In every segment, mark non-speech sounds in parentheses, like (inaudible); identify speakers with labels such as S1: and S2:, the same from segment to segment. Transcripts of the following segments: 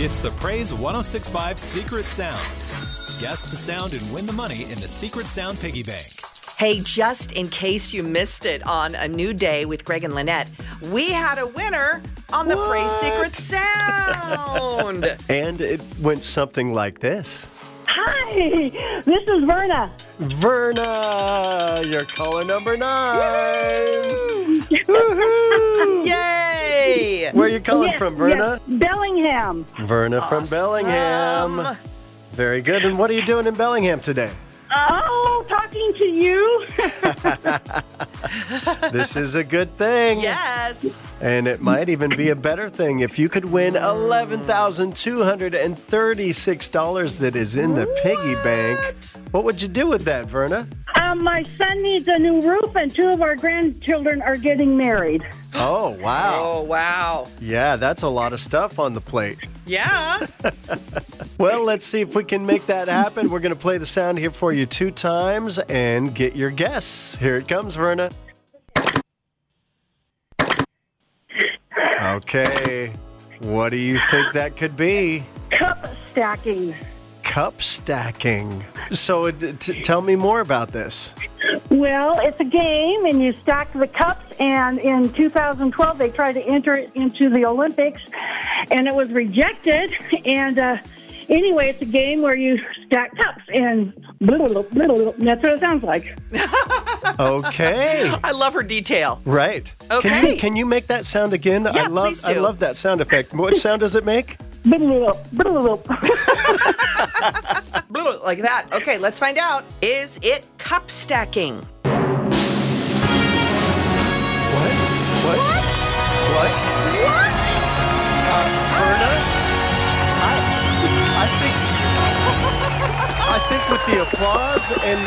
S1: It's the Praise 1065 Secret Sound. Guess the sound and win the money in the Secret Sound Piggy Bank.
S2: Hey, just in case you missed it on A New Day with Greg and Lynette, we had a winner on the Praise Secret
S3: (laughs)
S2: Sound.
S3: And it went something like this.
S4: Hi, this is Verna.
S3: Verna, your caller number nine. Woohoo!
S2: Yay!
S3: Where are you calling
S4: Yes,
S3: from, Verna?
S4: yes, Bellingham.
S3: Verna from Bellingham. Very good. And what are you doing in Bellingham today?
S4: oh, talking to you. (laughs)
S3: This is a good thing.
S2: Yes.
S3: And it might even be a better thing if you could win $11,236 that is in the piggy bank. What would you do with that, Verna?
S4: um, my son needs a new roof, and two of our grandchildren are getting married.
S3: Oh, wow.
S2: Oh, wow.
S3: Yeah, that's a lot of stuff on the plate.
S2: Yeah.
S3: Well, let's see if we can make that happen. We're going to play the sound here for you two times and get your guess. Here it comes, Verna. Okay. What do you think that could be?
S4: Cup stacking.
S3: Cup stacking. So d- t- tell me more about this.
S4: Well, it's a game, and you stack the cups. And in 2012, they tried to enter it into the Olympics, and it was rejected. And uh, anyway, it's a game where you stack cups, and blah, blah, blah, blah, blah. that's what it sounds like.
S3: Okay.
S2: I love her detail.
S3: Right. Can you,
S2: Okay.
S3: can you make that sound again? I
S2: Yeah,
S3: love
S2: please
S3: I
S2: do.
S3: love that sound effect. What sound does it make?
S4: Blah, blah, blah, blah, blah.
S2: Blah, Like that. Okay, let's find out. Is it cup stacking?
S3: What? What? What? Uh,
S2: What?
S3: Verna? I, I think I think with the applause and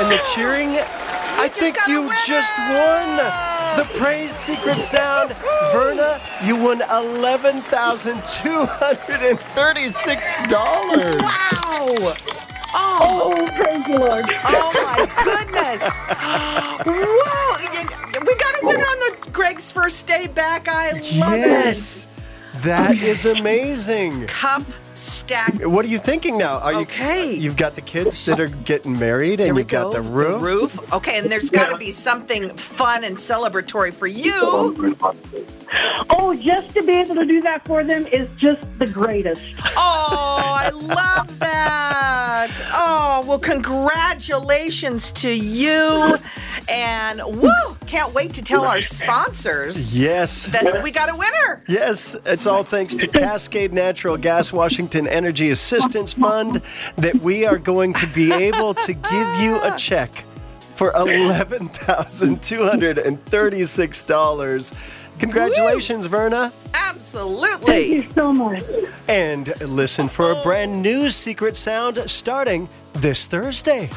S3: and the
S2: (gasps)
S3: cheering, I
S2: just
S3: think
S2: got a
S3: you
S2: winner!
S3: just won the praise secret sound. Verna, you won eleven thousand two hundred and thirty-six dollars.
S2: Wow. Oh,
S4: Oh, praise the Lord.
S2: Oh my goodness! Whoa! And We got a winner on the Greg's first day back. I love
S3: Yes. that is amazing.
S2: it. Cup stack.
S3: What are you thinking now? Are you
S2: Okay.
S3: You've got the kids that are getting married and
S2: There we
S3: you've got
S2: go.
S3: the roof.
S2: roof. Okay, and there's got to be something fun and celebratory for you.
S4: Oh, just to be able to do that for them is just the greatest.
S2: Oh, I love that. Oh, well, congratulations to you. And woo! Can't wait to tell our sponsors
S3: Yes.
S2: that we got a winner.
S3: Yes, it's all thanks to Cascade Natural Gas Washington Energy Assistance Fund that we are going to be able to give you a check for $11,236. Congratulations, Verna.
S2: Absolutely.
S4: Thank you so much.
S3: And listen for a brand new secret sound starting this Thursday.